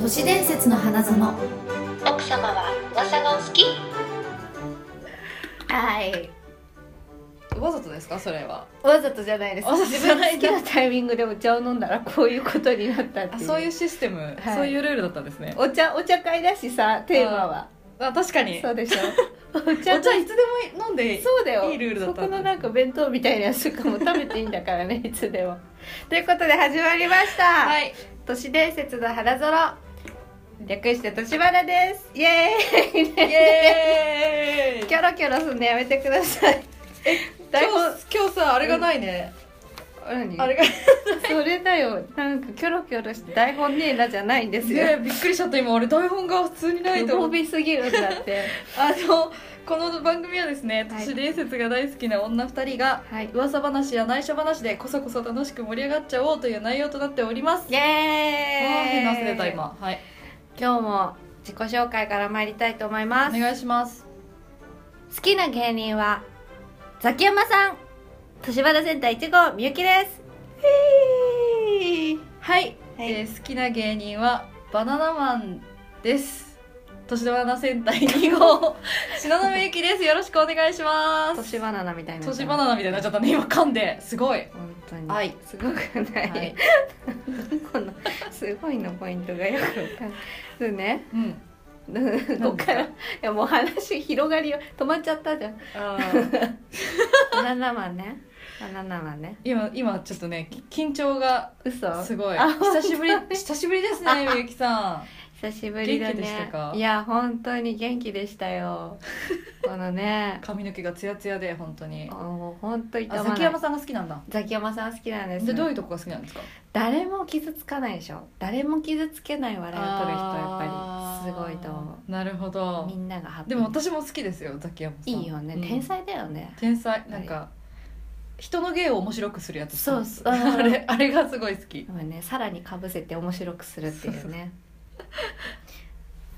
都市伝説の花園奥様は噂がお好きはいわざとですかそれはわざとじゃないですわざと自じゃ分のない好きなタイミングでお茶を飲んだらこういうことになったってあいうそういうシステム、はいそういうルールだったんですねお茶お茶会だしさテーマはあ確かにそうでしょおお茶茶いつでも飲んでいいそうだよいいルールだったそこのなんか弁当みたいなやつとかも食べていいんだから ねいつでもということで始まりました、はい都市伝説の花園略して都市花ですイエーイイエ ーイキョロキョロすんのやめてください今台日本今日さあれがないね、何あれが それだよなんかキョロキョロして台本ねえなじゃないんですよ、ねびっくりしちゃった今俺台本が普通にないと飛思ってびすぎるんだってあのこの番組はですね都はい市伝説が大好きな女2人が、はい噂話や内緒話でこそこそ楽しく盛り上がっちゃおうという内容となっておりますイエーイあー変な汗出た今はい今日も自己紹介から参りたいと思いおます願いします好きな芸人はザキヤマさん年花センター1号みゆきですはい、はいえー好きな芸人はバナナマンです年のバナナ戦隊2号 篠宮ゆきですよろしくお願いします年バナナみたいな年バナナみたいになっちゃったね今噛んですごい、は本当に、はいすごくない、いこのすごいのポイントがよくわかんないそうねうん、こっからいやもう話広がりよ止まっちゃったじゃんあーバナナマンねバナナマンね今今ちょっとねき緊張が嘘すごいあ久しぶり久しぶりですねみゆきさ久しぶりだね元気でしたかいや本当に元気でした よこのねん髪の毛がツヤツヤで本当にもう本当痛あまな崎い山さんが好きなんだザキヤマさん好きなんですでどういうとこが好きなんですか誰も傷つかないでしょ誰も傷つけない笑いを取る人はやっぱりすごいと思うなるほうどみんながハッピーでも私も好きですよザキヤマさんいいよね、うん天才だよね天才なんか人の芸を面白くするやつそうそう あれあれがすごい好きでもねさらにかぶせて面白くするっていうね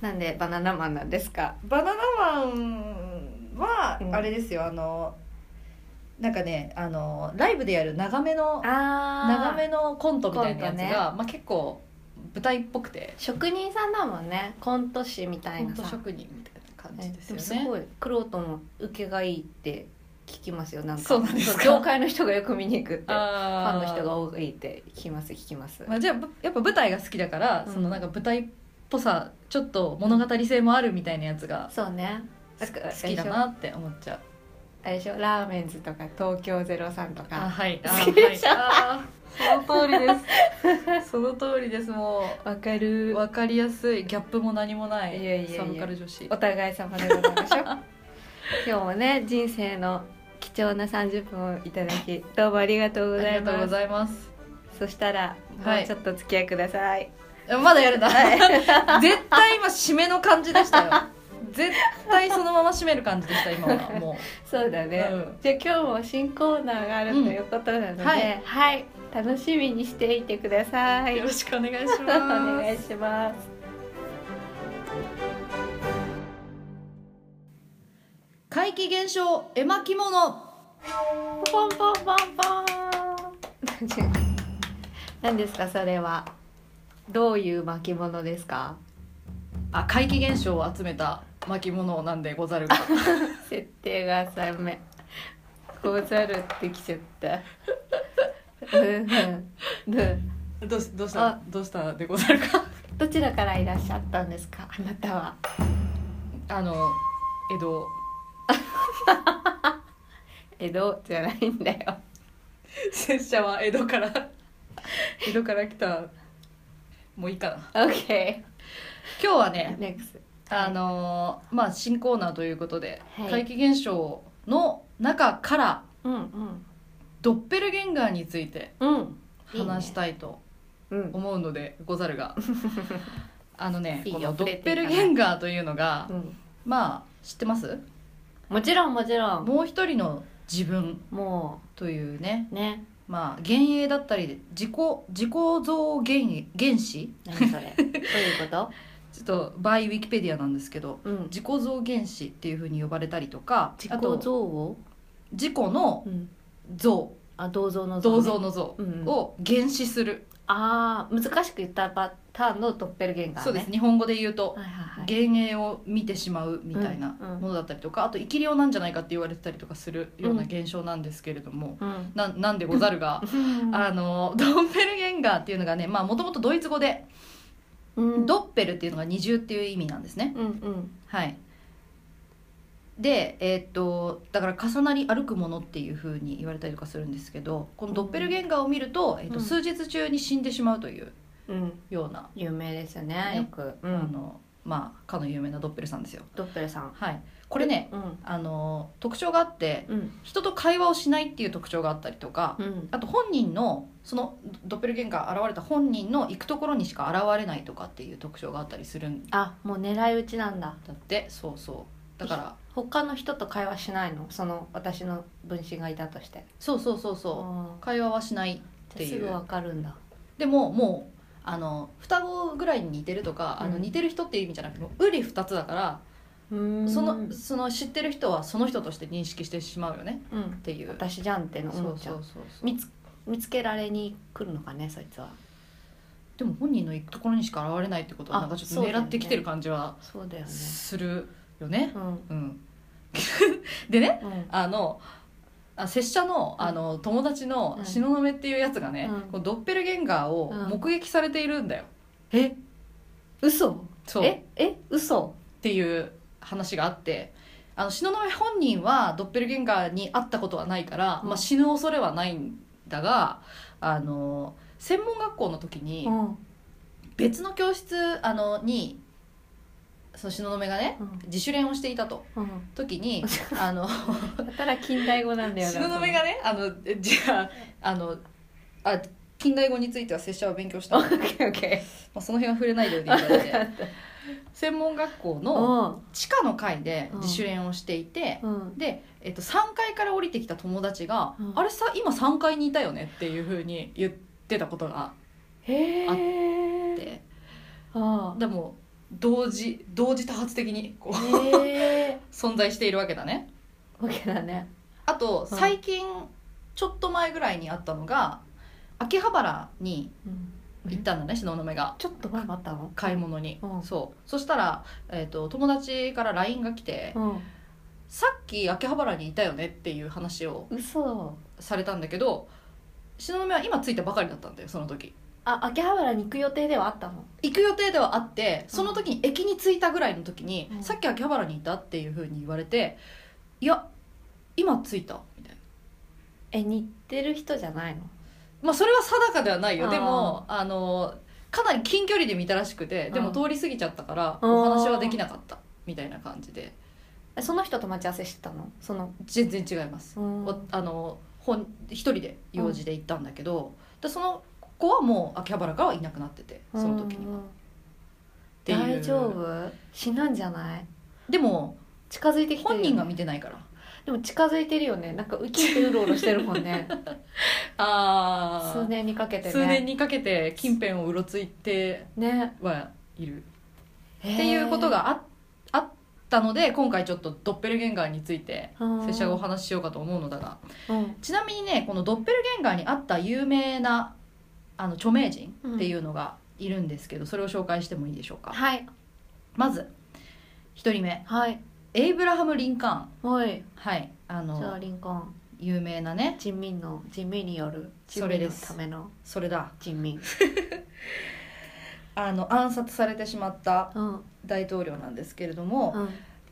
なんでバナナマンなんですかバナナマンはうんあれですよ、あのなんかねあのライブでやる長めのあ長めのコントみたいなやコンつが、トねまあ、結構舞台っぽくて職人さんだもんねコント師みたコいンなトさ職人みたいな感じですでもすよねごいクロートも受けがいいって聞きますよなんかそうなんですか業界の人がよく見に行くってファあンの人が多多いって聞きます聞きます、まあ、じゃあぶやっぱ舞台が好きだから、うんそのなんか舞台っぽさちょっと物語性もあるみたいなやつがそうね好きだなって思っちゃうあれでしょラーメンズとか東京ゼロさんとあかはいあ好きでしょはいあその通りです その通りですもわかるう分かりやすいギャップも何もないいやいやいやサブカル女子お互い様でございましょう 今日もね人生の貴重な30分をいただ きどうもありがとうござあいりがとうまごすざいますそしたらもはういちょっとお付き合いください、えまだやるな絶対今締めの感じでしたよ絶対そのまま締める感じでした今はもそうだね、 うんじゃあ今日も新コーナーがあるということなので、うんはいはい、楽しみにしていてくださういよろしくお願いしますお願いします 怪奇現象絵巻物ポンポンポンポン何ですかそれはどういう巻物ですかあ怪奇現象を集めた巻物なんでござるが設定が浅めござるってきちゃったうんうんうん どうしどうしあたどうしたでござるかどちらからいらっしゃったんですかあなたはあの江戸江戸じゃないんだよ 拙者は江戸から 江戸から来たもういいかな OK 今日はね NEXT あのーまあ新コーナーということで、はい怪奇現象の中からうんうんドッペルゲンガーについてうん話したいとうん思うのでござ るがあのねいいよこのド触れッていペいかなルゲンガーというのが、うんまあ知ってますもちろんもちろんもう一人の自分もというねうねまあ幻影だったり自己自己像幻影原子何それどういうことちょっとバイウィキペディアなんですけどうん自己像原子っていうふうに呼ばれたりとか自あ己と像を自己のうん像あ銅像の像ね銅像の像うんを原子するああ難しく言ったパターンのドッペルゲンガーねそうです日本語で言うとはいはいはい幻影を見てしまうみたいなうんうんものだったりとかあと生き量なんじゃないかって言われてたりとかするようなうん現象なんですけれども、うんななんでござるが、 あのドッペルゲンガーっていうのがねもともとドイツ語でうんドッペルっていうのが二重っていう意味なんですね。うんうんはいでえーっとだから重なり歩くものっていうふうに言われたりとかするんですけどこのドッペルゲンガーを見ると,、えーっとうん数日中に死んでしまうといううんような、有名ですよねねよく、うあん、のまあかの有名なドッペルさんですよ。ドッペルさんはい、これね、うんあの特徴があってうん人と会話をしないっていう特徴があったりとか、うんあと本人のそのドドッペルゲンガー現れた本人の行くところにしか現れないとかっていう特徴があったりするんだあもう狙い撃ちなんだってそうそうだから他の人と会話しないのその私の分身がいたとしてそうそうそうそあう会話はしないーじゃあすぐわかるんだでももうあの双子ぐらいに似てるとか、あのうん似てる人っていう意味じゃなくてもううり二つだから、そそののその知ってる人はその人として認識してしまうよねうんっていう私じゃんってのそう思っちそゃううそうそう見つ見つけられに来るのかねそいつはでも本人の行くところにしか現れないってことあはなんかちょっそとうだよ狙ねってきてる感じはそうだよねするよね。うんうん、 でねうんあのあ拙者のあの友達のうん東雲っていうやつがね、うんこうドッペルゲンガーをうん目撃されているんだよ。え嘘そうっええ嘘ていう話があって。あの東雲本人はドッペルゲンガーに会ったことはないから、うんまあ、死ぬ恐れはないんだがあの専門学校の時に、うん別の教室あのにその東雲がねうん自主練をしていたとうん時に あのやたら近代語なんだよな東雲が ねあのえじゃああのあ近代語については拙者は勉強したオので、まッケーオッケあ、その辺は触れないでおいていただ いーて専門学校うのん地下の階で自主練をしていて、うんで、えっと、3階から降りてきた友達が「うんあれさ今3階にいたよね」っていうふうに言ってたことがへあっえてあでも同時同時多発的にこうあへ え存在しているわけだねわけだねあとうん最近ちょっと前ぐらいにあったのが秋葉原にうん行ったんだね東雲がちょっと前もあったの買い物に、うんそうそしたら、えー、と友達から LINE が来て、うんさっき秋葉原にいたよねっていう話を嘘されたんだけど東雲は今着いたばかりだったんだよその時あ秋葉原に行く予定ではあったの行く予定ではあってその時に駅に着いたぐらいの時に、うんさっき秋葉原にいたっていうふうに言われて「いや今着いた」みたいな。え似てる人じゃないのまあそれは定かではないよあーでもあのかなり近距離で見たらしくてでもうん通り過ぎちゃったからあーお話はできなかったみたいな感じでえその人と待ち合わせしてたのその全然違います、うんおあの本一人で用事で行ったんだけど、でその子はもう秋葉原からはいなくなっててその時には、うんうっんていう大丈夫死なんじゃないでも近づいてきてる本よね人が見てないからでも近づいてるよねなんかウキウキうろうろしてるもんね あ数年にかけてね数年にかけて近辺をうろついてねはいるってっていうことがああったので今回ちょっとドッペルゲンガーについて拙者がお話ししようかと思うのだがうんちなみにねこのドッペルゲンガーにあった有名なあの著名人っていうのがいるんですけど、それを紹介してもいいでしょうかはいまず1人目はいエイブラハム・リンカーンはいはいあじゃあのリンコン有名なね人民の人民による人それ民でのすためのそれだ人民あの暗殺されてしまったうんうん大統領なんですけれども、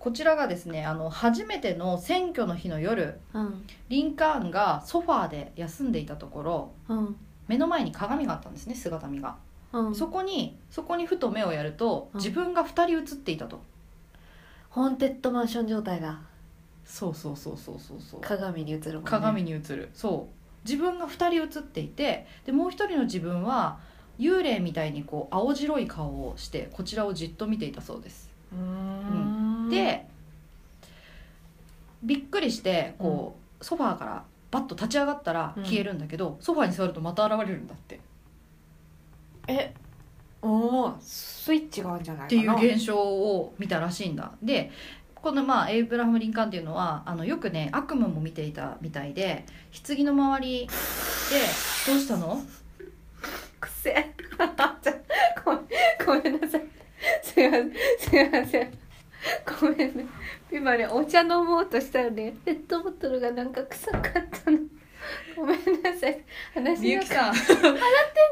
こちらがですねあの初めての選挙の日の夜うんリンカーンがソファーで休んでいたところうん目の前に鏡があったんですね姿見が、うんそこにそこにふと目をやるとうん自分が2人映っていたと、ホーンテッドマンション状態だそうそうそうそうそうそう鏡に映るもんね鏡に映るそう自分が2人映っていてでもう1人の自分は幽霊みたいにこう青白い顔をしてこちらをじっと見ていたそうです、うーんでびっくりしてこう、ソファーからバッと立ち上がったら消えるんだけど、ソファーに座るとまた現れるんだってえおおスイッチがあるんじゃないってかいなう現象を見たらしいんだでこのまあエイブラハム・リンカーンっていうのはあのよくね悪夢も見ていたみたいで棺の周りで「どうしたのくせえ ごめんごめんなさいすいませんすいませんごめんね今ねお茶飲もうとしたらねペットボトルがなんか臭かったのごめんなさい話みゆがきさん変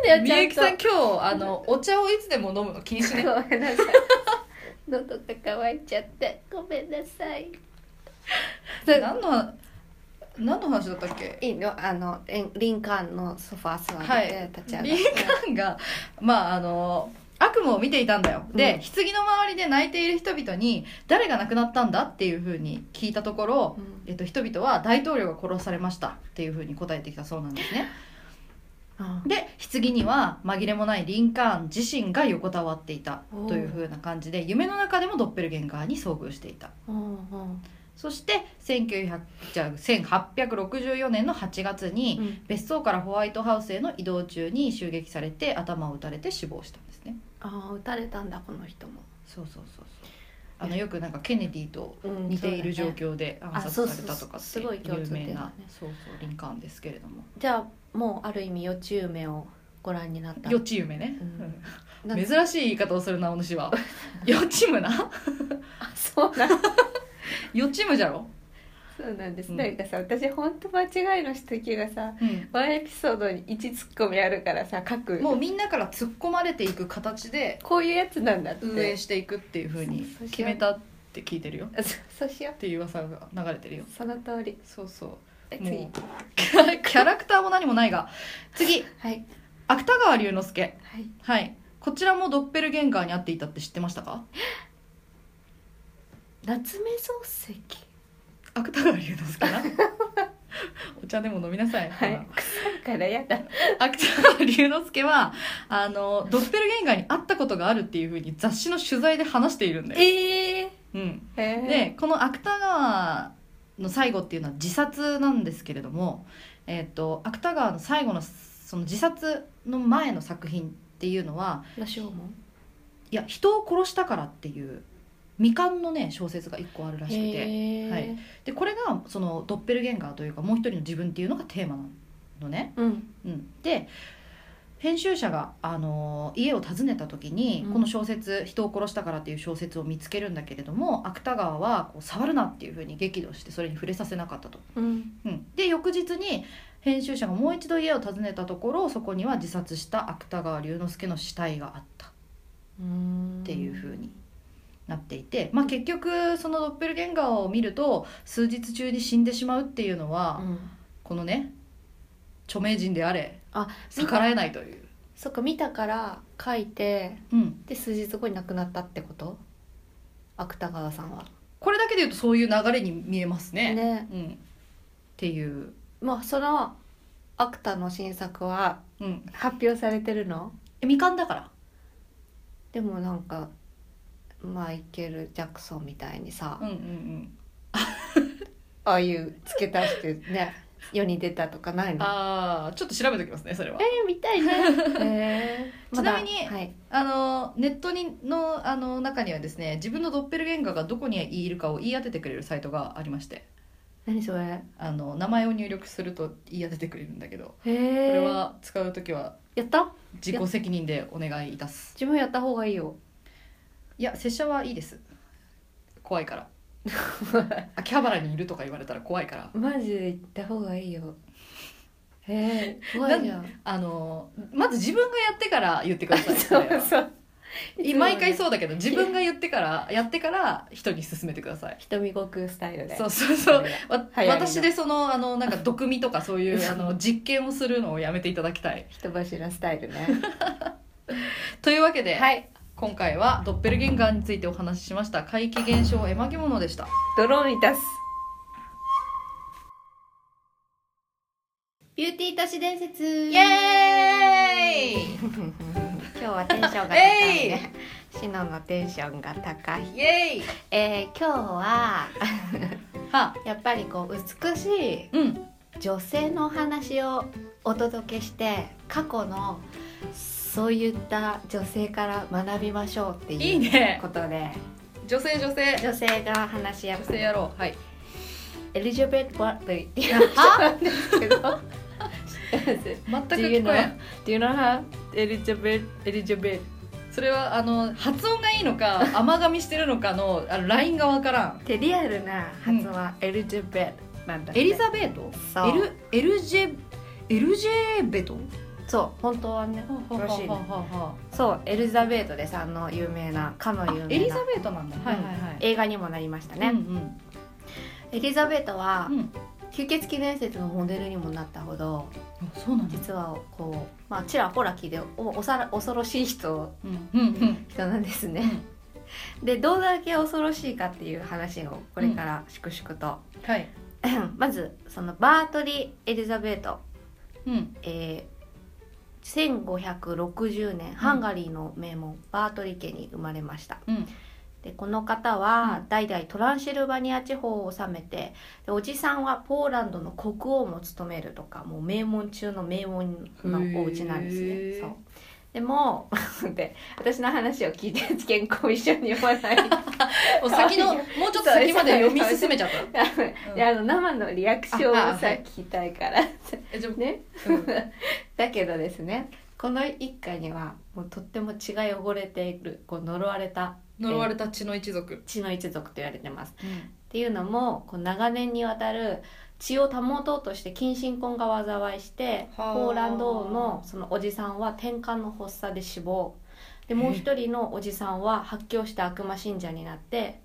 だよみちゃんとゆきさん今日あのお茶をいつでも飲むの禁止ねごめんなさい喉が渇いちゃってごめんなさい何の何の話だったっけいいのあのリンリンカーンのソファー座って、はい立ち上がっリンカーンがまああの悪夢を見ていたんだよで、うん棺の周りで泣いている人々に誰が亡くなったんだっていうふうに聞いたところ、うんえっと、人々は大統領が殺されましたっていうふうに答えてきたそうなんですねうんで棺には紛れもないリンカーン自身が横たわっていたというふうな感じで夢の中でもドッペルゲンガーに遭遇していたうんうんそして1900じゃあ1864年の8月に、うん別荘からホワイトハウスへの移動中に襲撃されて頭を撃たれて死亡したんですねああ撃たれたんだこの人も、そうそうそうそうあのよくなんかケネディとうん似ている状そうだね況で暗あそうそ殺うされたとかっていうすごい共有通点名だなねそうそうリンカーンですけれどもじゃあもうある意味予知夢をご覧になった予知夢ねうんうなんん珍しい言い方をするなお 主は予知夢なあ そうなん予知夢じゃろ、そうなんです、うんなんかさ私本当間違いの指摘がさワンエピソードに1ツッコミあるからさ各もうみんなから突っ込まれていく形でこういうやつなんだって運営していくっていうふうそにうそう決めたって聞いてるよあ そそうしよっていう噂が流れてるようその通りそうそうえもう次 キャラクターも何もないが次はい芥川龍之介はいはいこちらもドッペルゲンガーに会っていたって知ってましたか夏目漱石芥川龍之 介なお茶でも飲みなさい、はい臭いからやだ芥川龍之介はあのドッペルゲンガーに会ったことがあるっていうふうに雑誌の取材で話しているんだよ、えー、うん、えー、でこの芥川の最後っていうのは自殺なんですけれども、えっと芥川の最後のその自殺の前の作品っていうのは羅生門いや人を殺したからっていう未完のね小説が一個あるらしくてへーはいでこれがそのドッペルゲンガーというかもう一人の自分っていうのがテーマなのね、うんうん、で編集者が、あのー家を訪ねた時に、うんこの小説「人を殺したから」っていう小説を見つけるんだけれども芥川はこう触るなっていうふうに激怒してそれに触れさせなかったと。うんうん、で翌日に編集者がもう一度家を訪ねたところそこには自殺した芥川龍之介の死体があった。うんっていう風になっていて、まあ、結局そのドッペルゲンガーを見ると数日中に死んでしまうっていうのは、うんこのね著名人であれあ逆らえないという、そっか見たから書いてうん、で数日後に亡くなったってこと芥川さんはこれだけで言うとそういう流れに見えますね。ねうん、っていう、まあその芥の新作はうん、発表されてるのえ未完だからでもなんかマイケル・ジャクソンみたいにさ、うんうんうん、ああいう付け足してね世に出たとかないのああちょっと調べておきますねそれはえ。ー、見たいね、 えー、ちなみにまだはい、あのネットにのあの中にはですね自分のドッペルゲンガーがどこにいるかを言い当ててくれるサイトがありまして。何それあの名前を入力すると言い当ててくれるんだけど、へこれえは使う時はやった自己責任でお願いいたす自分やった方がいいよいや拙者はいいです怖いから 秋葉原にいるとか言われたら怖いからマジで行った方がいいよへえ怖いじゃんあのまず自分がやってから言ってくださいそう それはそういつもね毎回そうだけど自分が言ってからやってから人に勧めてください瞳悟空スタイルでそうそうそう流わ行りの私でそのあのなんか毒味とかそういうあの実験をするのをやめていただきたい人柱スタイルね というわけで、はい今回はドッペルゲンガーについてお話ししました怪奇現象絵巻物でしたドローンに出すビューティー都市伝説イイエーイ 今日はテンションが高いねシノのテンションが高いイエーイえー、今日ははやっぱりこう美しいうん女性のお話をお届けして過去のそういった女性から学びましょうっていいいうねことで女性女性女性が話しや女すい性やろうはいエリザベット・ワットリーっていう人なんですけど全く自由聞こな えん Do you know her? エリジャベルエリジャベルそれはあの発音がいいの か甘噛みしてるのかのあのラインがわからんでリアルな発音はエリジベルなんだってエリザベートそうエルエルジェエルジェベトそう本当はねらしいねははははそうエリザベートですあの有名なかのあ有エ名リなザベートなんだ、はいはいはい映画にもなりましたうんね、エリザベートはうんうん吸血鬼伝説のモデルにもなったほどあそうなんだ、実はこうまあちらほら聞いておおさら恐ろしい人うんうんうん人なんですね、でどうだけ恐ろしいかっていう話をこれから粛々と、はい、まずそのバートリー・エリザベート、うん、えー1560年ハンガリーの名門、バートリ家に生まれましたうんでこの方は代々トランシルバニア地方を治めてでおじさんはポーランドの国王も務めるとかもう名門中の名門のお家なんですへねーそうでも で私の話を聞いて健康一緒に読ま ないお先のもうちょっと先まで読み進めちゃったであの生のリアクションをああさはい聞きたいからえじゃあね、うんだけどですねこの一家にはもうとっても血が汚れているこう呪われた呪われた血の一族、血の一族と言われてます。っていうのもこう長年にわたる血を保とうとして近親婚が災いしてはあポーランド王のそのおじさんは転換の発作で死亡でもう一人のおじさんは発狂した悪魔信者になって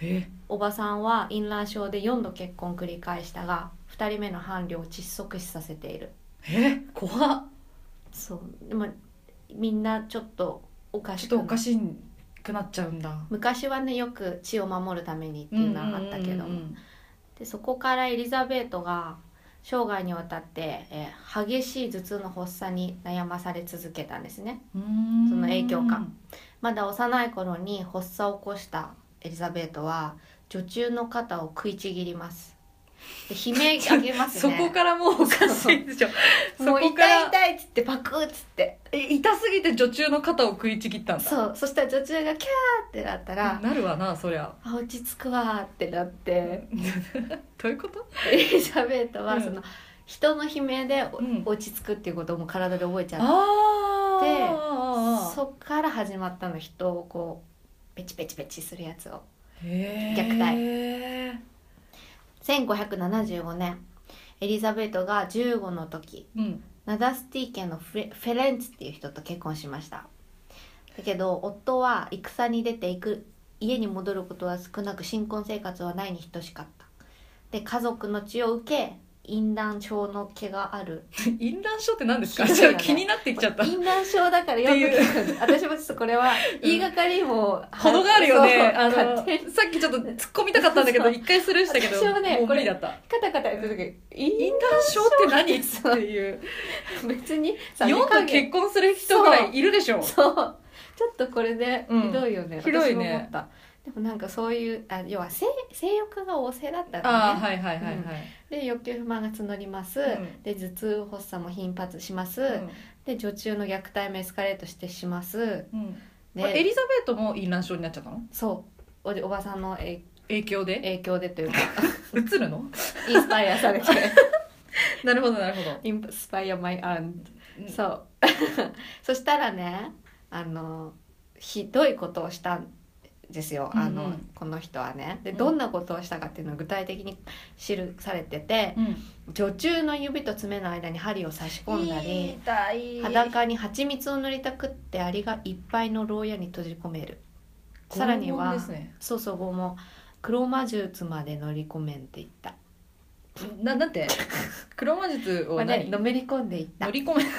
えおばさんは淫乱症で4度結婚を繰り返したが2人目の伴侶を窒息死させているえ怖っそうでもみんなちょっとおかちょしくっとなおかしくなっちゃうんだっ昔はねよく血を守るためにっていうのはあったけどもでそこからエリザベートが生涯にわたって、えー激しい頭痛の発作に悩まされ続けたんですねそその影響かまだ幼い頃に発作を起こしたエリザベートは女中の肩を食いちぎりますで悲鳴上げます そねこからもうおかしいでしょそもうこか痛いら痛いっつってパクっつってえ痛すぎて女中の肩を食いちぎったんだそうそしたら女中がキャーってなったら、なるわなそりゃあ落ち着くわーってなってどういうこと エリザベートうはんその人の悲鳴でおうん落ち着くっていうことをもう体で覚えちゃってあであそっから始まったの人をこうペチペチペチするやつを虐虐待1575年エリザベートが15の時うんナダスティ家のフレフェレンツっていう人と結婚しましただけど夫は戦に出ていく家に戻ることは少なく新婚生活はないに等しかったで家族の血を受け淫乱症の毛がある淫乱症って何ですかひどいよねじゃあ気になってきちゃった淫乱症だからよく聞くんだ私もちょっとこれは言いがかりもほどがあるよねそうあの勝手にさっきちょっと突っ込みたかったんだけどそう一回スルーしたけど私はねもうこ無れ理だったカタカタ言った時淫乱症って何そうっていう別 にさ4度結婚する人ぐらいいるでしょそうちょっとこれでうんひどいよね、ひどい私ねも思ったでもなんかそういうあ要は性性欲が旺盛だったああのね、はいはいはいはい、で欲求不満が募ります、んで頭痛発作も頻発します、で女中の虐待もエスカレートしてしますうんうんで、あエリザベートも淫乱症になっちゃったのそうおじおばさんのえ影響で影響でというか 映るのインスパイアされてなるほどなるほどインスパイアマイアンうんそう そしたらねあのひどいことをしたんですよあの、うんうんこの人はねでうんどんなことをしたかっていうのを具体的に記されててうん女中の指と爪の間に針を差し込んだり痛い裸に蜂蜜を塗りたくってアリがいっぱいの牢屋に閉じ込めるさらには、拷問ですねそうそう拷問黒魔術まで乗り込めんって言った、ななんて黒魔術をまあね、何のめり込んでいった乗り込め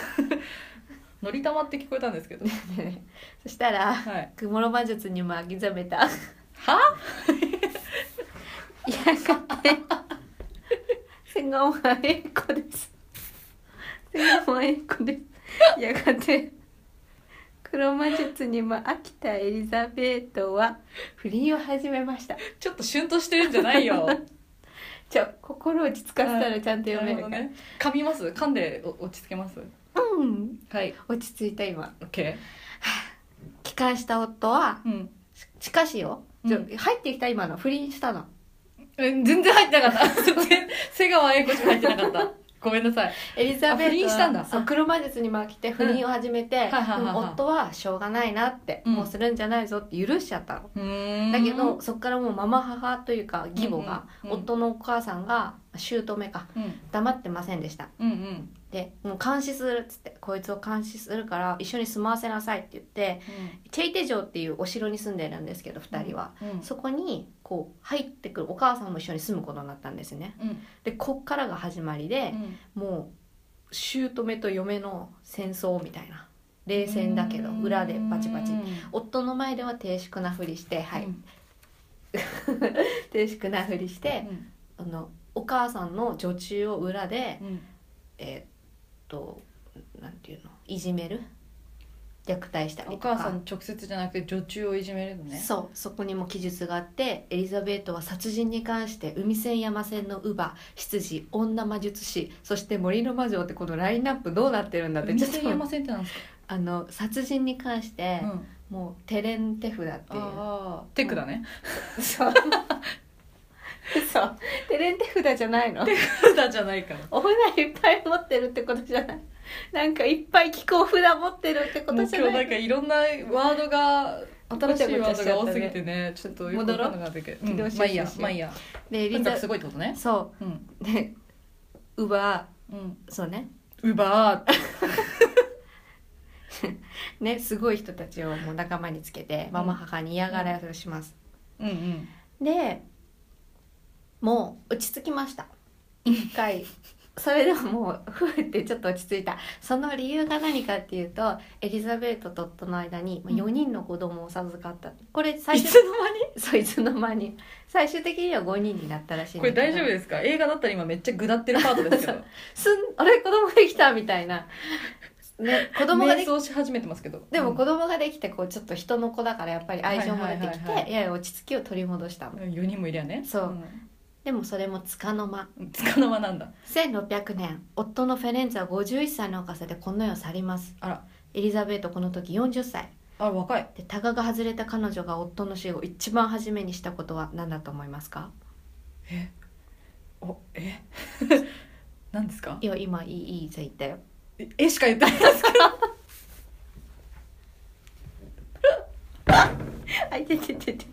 乗りたまって聞こえたんですけど そしたらはい黒魔術にも諦め たはやがて千賀も英子です千賀も英子ですやがて黒魔術にも飽きたエリザベートは不倫を始めましたちょっとシュンとしてるんじゃない よじゃあ心落ち着かせたらちゃんと読めるから、なほどね噛みます噛んでお落ち着けますうんはい落ち着いた今 OK 帰還した夫はうんししかしよ、うんちょ入ってきた今の不倫したの え全然入ってなかった全然瀬川栄子しか入ってなかったごめんなさいエリザベートあ不倫したんだそうあ車椅子にまあ来て不倫を始めて、いはいはいはいでも夫はしょうがないなって、うんもうするんじゃないぞって許しちゃったの、だだけどそっからもうママ母というか義母が、うんうんうん夫のお母さんが姑かうん黙ってませんでしたうんうんでもう監視するっつってこいつを監視するから一緒に住まわせなさいって言ってチェイテ城っていうお城に住んでるんですけど2人は、うんそこにこう入ってくるお母さんも一緒に住むことになったんですねうんでこっからが始まりで、もう姑と嫁の戦争みたいな冷戦だけどうん裏でバチバチ夫の前では低粛なふりしてはい、うん低粛なふりしてう、んあのお母さんの女中を裏でうんえーっとなんていうのいじめる虐待したりとかお母さん直接じゃなくて女中をいじめるのねそうそこにも記述があってエリザベートは殺人に関して海戦山戦の乳母執事女魔術師そして森の魔女ってこのラインナップどうなってるんだって海線ちょっと山線ってなんですかあの殺人に関して、うんもう手練手札っていうああテクだねそうそう手練手札じゃないのテクだじゃないからお札いっぱい持ってるってことじゃ ないなんかいっぱい気候札持ってるってこもとうじゃ今日ななんいかいろんなワードが新しいワードが多すぎてごねちょっとよくわかんなくなってくるうん戻ろうまあいいやまあいいやでエとリにかザくすごいってことねそうんうでウバうんそうねウバーねすごい人たちをもう仲間につけてママ母に嫌がらせをします、うんうんでもう落ち着きました一 回それでももうふうってちょっと落ち着いたその理由が何かっていうとエリザベートと夫の間にまあうん4人の子供を授かったこれ最い終つの間にそういつの間に最終的には5人になったらしいんこだけれど大丈夫ですか映画だったら今めっちゃぐだってるパートですけどすんあれ子供できたみたいな、ね、子供がで瞑き想し始めてますけどでも子供ができてこうちょっと人の子だからやっぱり愛情も出てきはいはいはいはてやや落ち着きを取り戻したのうん4人もいりゃねそうでもそれもつかの間うんつかの間なんだ1600年夫のフェレンツァは51歳の若さでこの世を去りますあらエリザベートこの時40歳あ若いでタガが外れた彼女が夫の死後一番初めにしたことは何だと思いますかえおえ 何ですかいや今いいいいじゃ言ったよええしか言ってないですけどあいてててて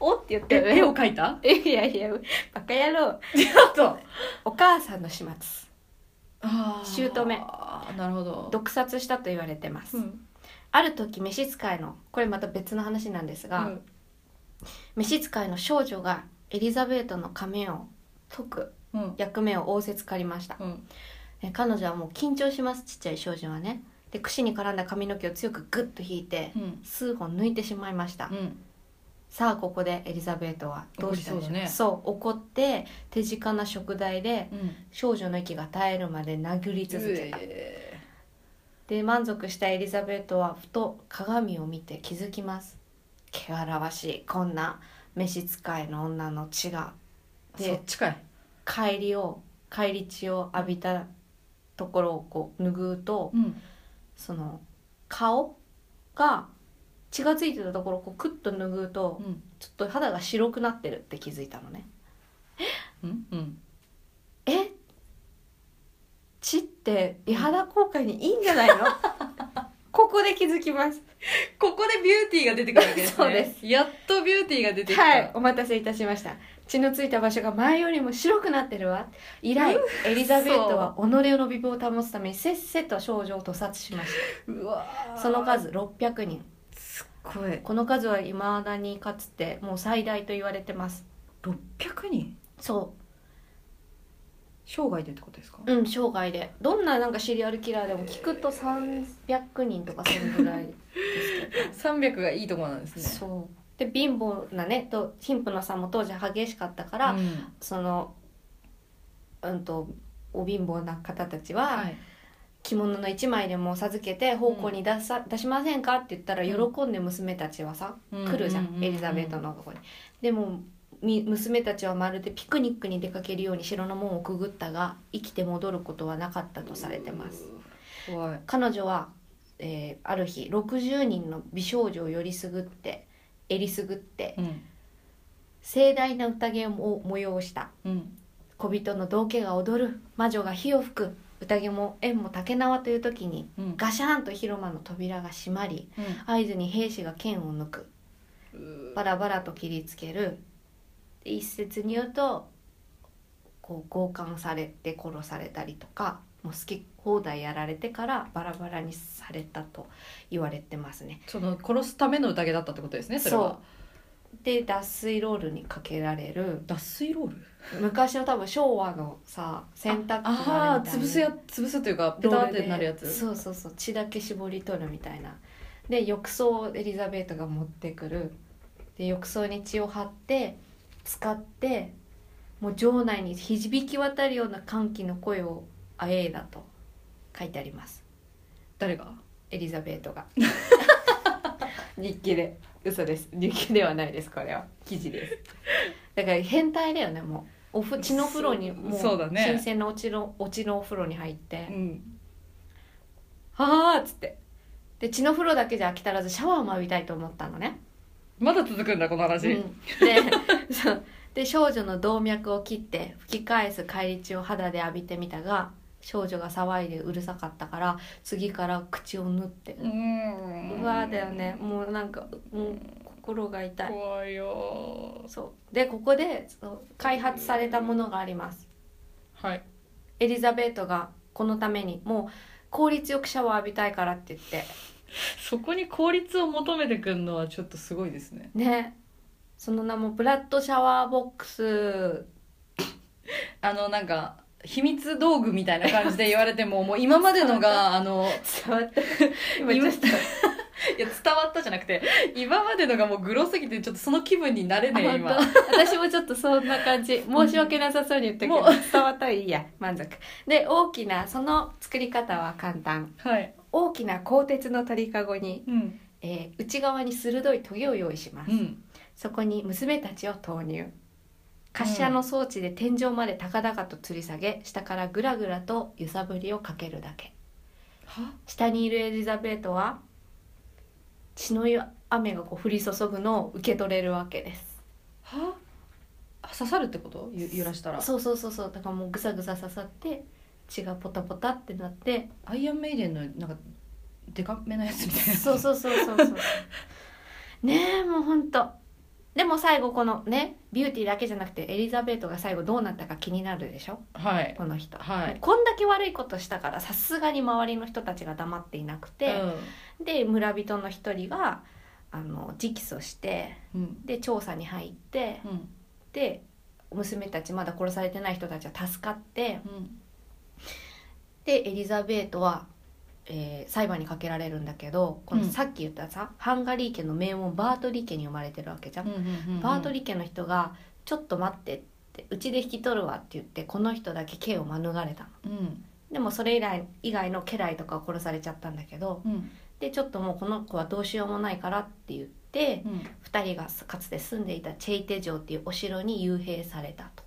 おって言ったよえ 絵をね描いたいやいやバカ野郎あとお母さんの始末あー姑あーなるほど毒殺したと言われてます、うんある時召使いのこれまた別の話なんですが、うん召使いの少女がエリザベートの仮面を解くうん役目を仰せつかりましたうんえ彼女はもう緊張しますちっちゃい少女はねで櫛に絡んだ髪の毛を強くグッと引いてうん数本抜いてしまいました、うんさあここでエリザベートはどうしたでしょう怒りそうだねそう怒って手近な食材でうん少女の息が絶えるまで殴り続けたえで満足したエリザベートはふと鏡を見て気づきます汚らわしいこんな召使いの女の血がーでそっちかい帰りを帰り血を浴びたところをこう拭うとうんその顔が血がついてたところをこうクッと拭うとうんちょっと肌が白くなってるって気づいたのねうんうんえ血って美肌効果にいいんじゃないの ここで気づきます ここでビューティーが出てくるわけですね そうです やっとビューティーが出てきた、はい、お待たせいたしました。血のついた場所が前よりも白くなってるわ。以来、エリザベートは己の美貌を保つためにせっせと少女を屠殺しましうわた。ーその数600人。すっごいこの数は未だにかつてもう最大と言われてます。 600人そ生涯でってことですかう、うん、生涯で。どんななんかシリアルキラーでも聞くと300人とかそのぐらいですけど。 300がいいところなんです ねそう。で、貧乏なね、と貧富の差も当時激しかったから、うんその、うんと、お貧乏な方たちは、はい、着物の一枚でも授けて奉公に出さ、出しませんかって言ったらうん喜んで娘たちはさ、来るじゃん,、ううううエリザベートのとこに。でもみ娘たちはまるでピクニックに出かけるように城の門をくぐったが生きて戻ることはなかったとされてます。怖い彼女は、えーある日60人の美少女をよりすぐってえりすぐってうん盛大な宴を催したうん小人の道化が踊る魔女が火を吹く宴も縁も竹縄という時にうんガシャンと広間の扉が閉まり合図に兵士が剣を抜くうんバラバラと切りつけるで一説に言うとこう強姦されて殺されたりとかもう好き放題やられてからバラバラにされたと言われてますね。その殺すための宴だったってことですねそれそはうで脱水ロールにかけられる脱水ロール昔の多分昭和のさ洗濯機のあれあみたいな潰すや潰すというかペタってなるやつそうそうそう血だけ絞り取るみたいなで浴槽をエリザベートが持ってくるで浴槽に血を張って使ってもう場内に響き渡るような歓喜の声をあえいだと書いてあります誰がエリザベートが 日記で嘘です日記ではないですこれは記事ですだから変態だよねもうおふ血のお風呂にもそうだね新鮮なお血のお血のお風呂に入って、うんはあっつってで血の風呂だけじゃ飽き足らずシャワーも浴びたいと思ったのね、まだ続くんだこの話、で そうで少女の動脈を切って吹き返す返り血を肌で浴びてみたが少女が騒いでうるさかったから次から口を縫ってうーんうわーだよねもうなんかもう心が痛い怖いよそうでここでそう開発されたものがありますはいエリザベートがこのためにもう効率よくシャワー浴びたいからって言ってそこに効率を求めてくるのはちょっとすごいですねねその名もブラッドシャワーボックスあのなんか秘密道具みたいな感じで言われてももう今までのが あの伝わった今今ちょっと いや伝わったじゃなくて今までのがもうグロすぎてちょっとその気分になれねえ今あ本当私もちょっとそんな感じ申し訳なさそうに言ったけどもう伝わったらいいや満足で大きなその作り方は簡単はい、大きな鋼鉄の鳥かごに、うんえー内側に鋭い棘を用意します、うん、そこに娘たちを投入滑車の装置で天井まで高々と吊り下げ下からぐらぐらと揺さぶりをかけるだけは下にいるエリザベートは血の雨がこう降り注ぐのを受け取れるわけですはあ刺さるってことゆ揺らしたらそうそうそうそうだからもうぐさぐさ刺さって血がポタポタってな ってアイアンメイデンのなんかデカめのやつみたいなそうそうそうそうそうねえもうほんとでも最後このねビューティーだけじゃなくてエリザベートが最後どうなったか気になるでしょはいこの人、はいこんだけ悪いことしたからさすがに周りの人たちが黙っていなくて、で村人の一人があの直訴してうんうんで調査に入ってうんで娘たちまだ殺されてない人たちは助かってうんでエリザベートは、えー裁判にかけられるんだけどこのうんさっき言ったさ、ハンガリー家の名門バートリー家に生まれてるわけじゃん。うんうんうんバートリー家の人が「ちょっと待って」って「うちで引き取るわ」って言ってこの人だけ刑を免れたの。うんでもそれ以来以外の家来とかは殺されちゃったんだけどうんでちょっともうこの子はどうしようもないからって言ってうん2人がかつて住んでいたチェイテ城っていうお城に幽閉されたと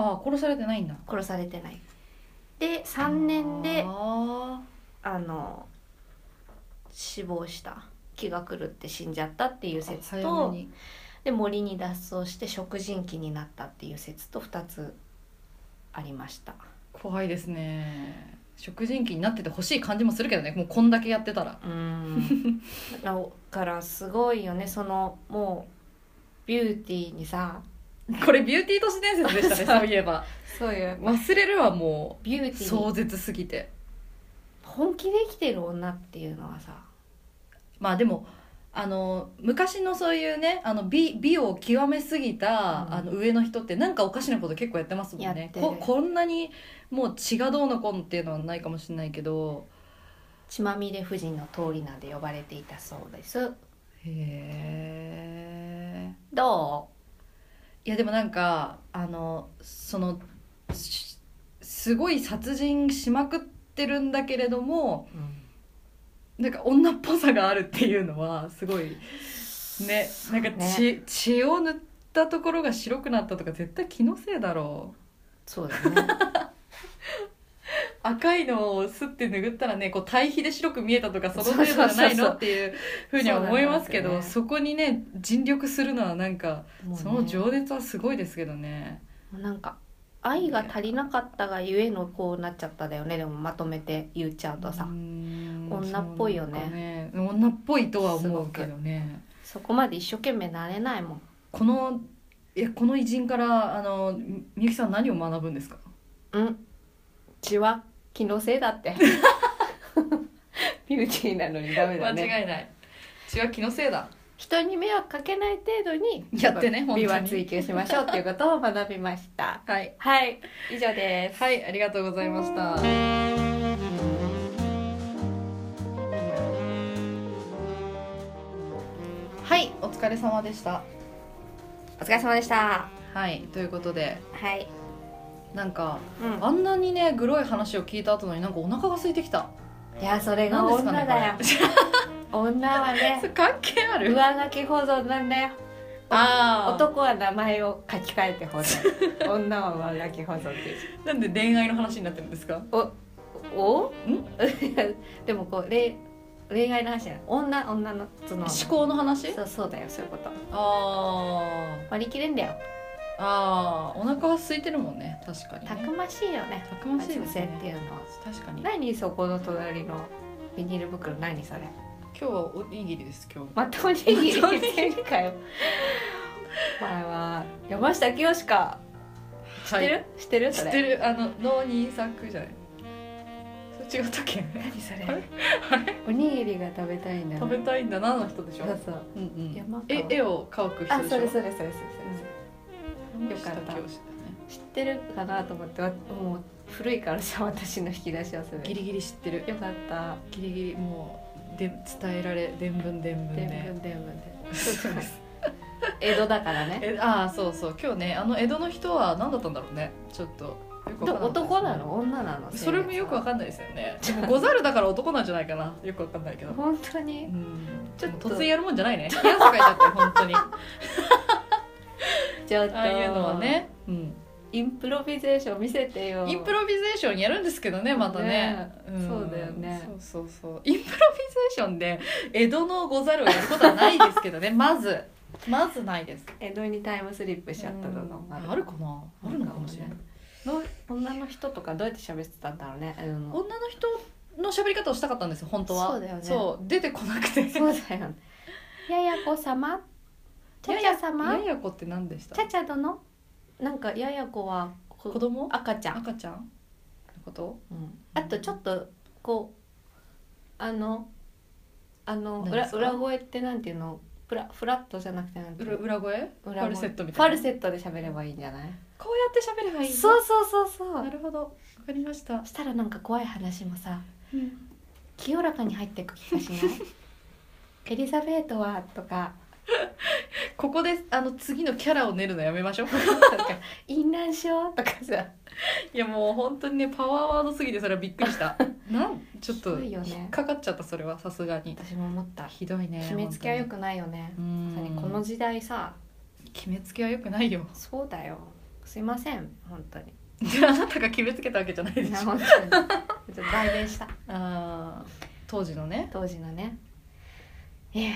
ああ殺されてないんだ殺されてないで3年でああの死亡した気が狂って死んじゃったっていうーあ説早めとにで森に脱走して食人鬼になったっていう説と2つありました怖いですね食人鬼になっててほしい感じもするけどねもうこんだけやってたらうーんだからすごいよねそのもうビューティーにさこれビューティー都市伝説でしたね そういえばそういう忘れるはもビューテうィー壮に絶すぎて本気で生きてる女っていうのはさまあでもあの昔のそういうねあの美美を極めすぎた、うんあの上の人ってなんかおかしなこと結構やってますもんやっねてるここんなにもう血がどうのこうのっていうのはないかもしれないけど血まみれ夫人の通りなんで呼ばれていたそうですへえどいやでもなんかあのそのしすごい殺人しまくってるんだけれどもう、なんか女っぽさがあるっていうのはすごいねなんか血血を塗ったところが 白くなったとか絶対気のせいだろう。そうだね赤いのをすって拭ったらねこう対比で白く見えたとかそのそう程そう度そうじゃないのっていうふうには思いますけそどそ,、うなんですこにね尽力するのはなんか、その情熱はすごいですけどね。もうなんか愛が足りなかったがゆえのこうなっちゃっただよねでもまとめて言っちゃうとさ、うーん女っぽいよねそうなんかね女っぽいとは思うけどねそこまで一生懸命なれないもんこのえこの偉人からあのみゆきさん何を学ぶんですかうん血は気のせいだって ビューティーなのにダメだね間違いない血は気のせいだ人に迷惑かけない程度にやってね美は本当に追求しましょうっていうことを学びました はいはい以上ですはいありがとうございましたはいお疲れ様でしたお疲れ様でしたはいということではいなんかうんあんなにねグロい話を聞いた後のになんかお腹が空いてきたいやそれがなんですかね女だよ、 女はねそれ関係ある上書き保存なんだよああ男は名前を書き換えて保存女は上書き保存ですなんで恋愛の話になってるんですかお でもこうれ恋愛の話じゃない女女の角の思考の話そうそうだよそういうことあー割り切れんだよあーお腹は空いてるもんね確かに、たねく、ましいよねたくましい女です性っていねうのは確かに今何そこの隣のビニール袋何それ日はおにぎりです今日まとにぎりまとにしてるかよお前は山下清しか知知ってる知ってる知それってるあの脳にサクじゃないそれ違ったっけ何そあれれ おにぎりが食べたいんだ食べたいんだなの人でしょそうそううんうん山川え絵を描くあ人でしそれそょれそれそれそれうんよかった下教師だね知ってるかなと思ってわもう古いからさ私の引き出しはそれギリギリ知ってるよかったギリギリもうで伝えられ伝文伝文伝ね文伝文でそうです 江戸だからねえああそうそう今日ねあの江戸の人は何だったんだろうねちょっとよくわかんなかったですね男なの女なのそれもよくわんかんないですよ ねでもござるだから男なんじゃないかなよくわかんないけど本当うにんちょっともう突然やるもんじゃないね気扱いだって 本当にあちょっとあいうのはね、うん、インプロビゼーション見せてよインプロビゼーションやるんですけどねまたねねんそうだよねそうそうそうインプロビゼーションで江戸のござるをやることはないですけどねまずまずないです江戸にタイムスリップしちゃったのうんがあるかなあるのかもしれないどう女の人とかどうやって喋ってたんだろうねあの女の人の喋り方をしたかったんですよ本当はそうだよねそう出てこなくて そうだよねややこ様ちゃちゃ様やややこって何でしたちゃちゃ殿なんかややこはこ子供赤ちゃん、赤ちゃんのことあとちょっとこうあのあの何で裏すか裏声ってなんていうのフラフラットじゃなくてなんていう裏の裏声フ裏声ァルセットみフたァいルなセットで喋ればいいんじゃない、こうやって喋ればいいのそうそうそうそなうるほどわかりましたそしたらなんか怖い話もさ清らかに入ってく気が しないエリザベートはとかここであの次のキャラを練るのやめまし ょうとか陰南症とかさいやもう本当にねパワーワードすぎてそれはびっくりした なんちょっひとどいよね引っかかっちゃったそれはさすがに私も思ったひどいね決めつけは良本くないよね当にうんまさにこの時代さ決めつけはよくないよ そうだよすいません本当にあなたが決めつけたわけ じゃないでしいやょ本当にちょっと代弁したあー当時のね当時のねいや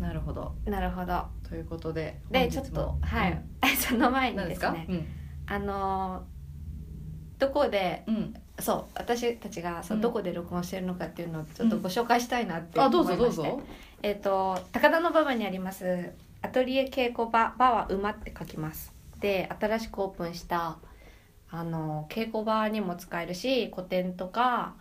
なるほどーなるほどということでで本日ちょもっとはい、 うんその前に何でですすかねあのーどこでうん、うんそう私たちがそううんどこで録音してるのかっていうのをちょっとご紹介したいなって思あいまどうして、ぞどうぞえっ、と高田の馬場にありますアトリエ稽古場場は馬って書きますで新しくオープンしたあの稽古場にも使えるし古典とか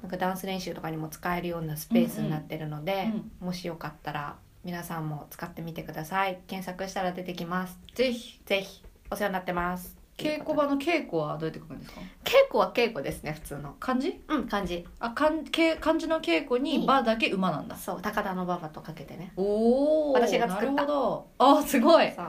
なんかダンス練習とかにも使えるようなスペースになってるので、うんもしよかったら皆さんも使ってみてください検索したら出てきますぜひぜひお世話になってます稽古場の稽古はどうやって書くんですか稽古は稽古ですね普通の漢字うん感じあ漢け漢字の稽古にに「馬」だけ「馬」なんだそう高田の馬場とかけてねおお私が作ったなるほどあすごいそう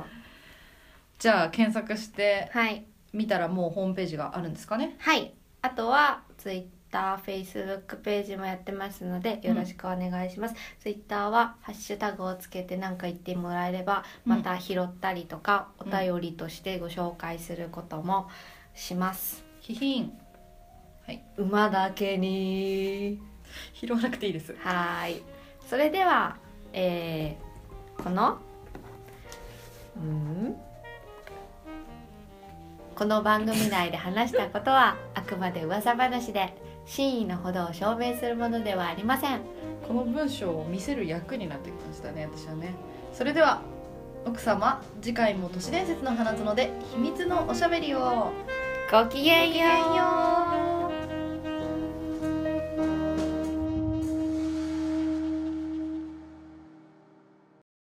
じゃあ検索してはい見たらもうホームページがあるんですかねはいあとはツイッターフェイスブックページもやってますのでよろしくお願いします、ツイッターはハッシュタグをつけて何か言ってもらえればうんまた拾ったりとか、うんお便りとしてご紹介することもします、ひひんはい馬だけに拾わなくていいですはーいそれでは、えーこのうんこの番組内で話したことはあくまで噂話で真意のほどを証明するものではありませんこの文章を見せる役になってきましたね私はねそれでは奥様次回も都市伝説の花園で秘密のおしゃべりをごきげんよう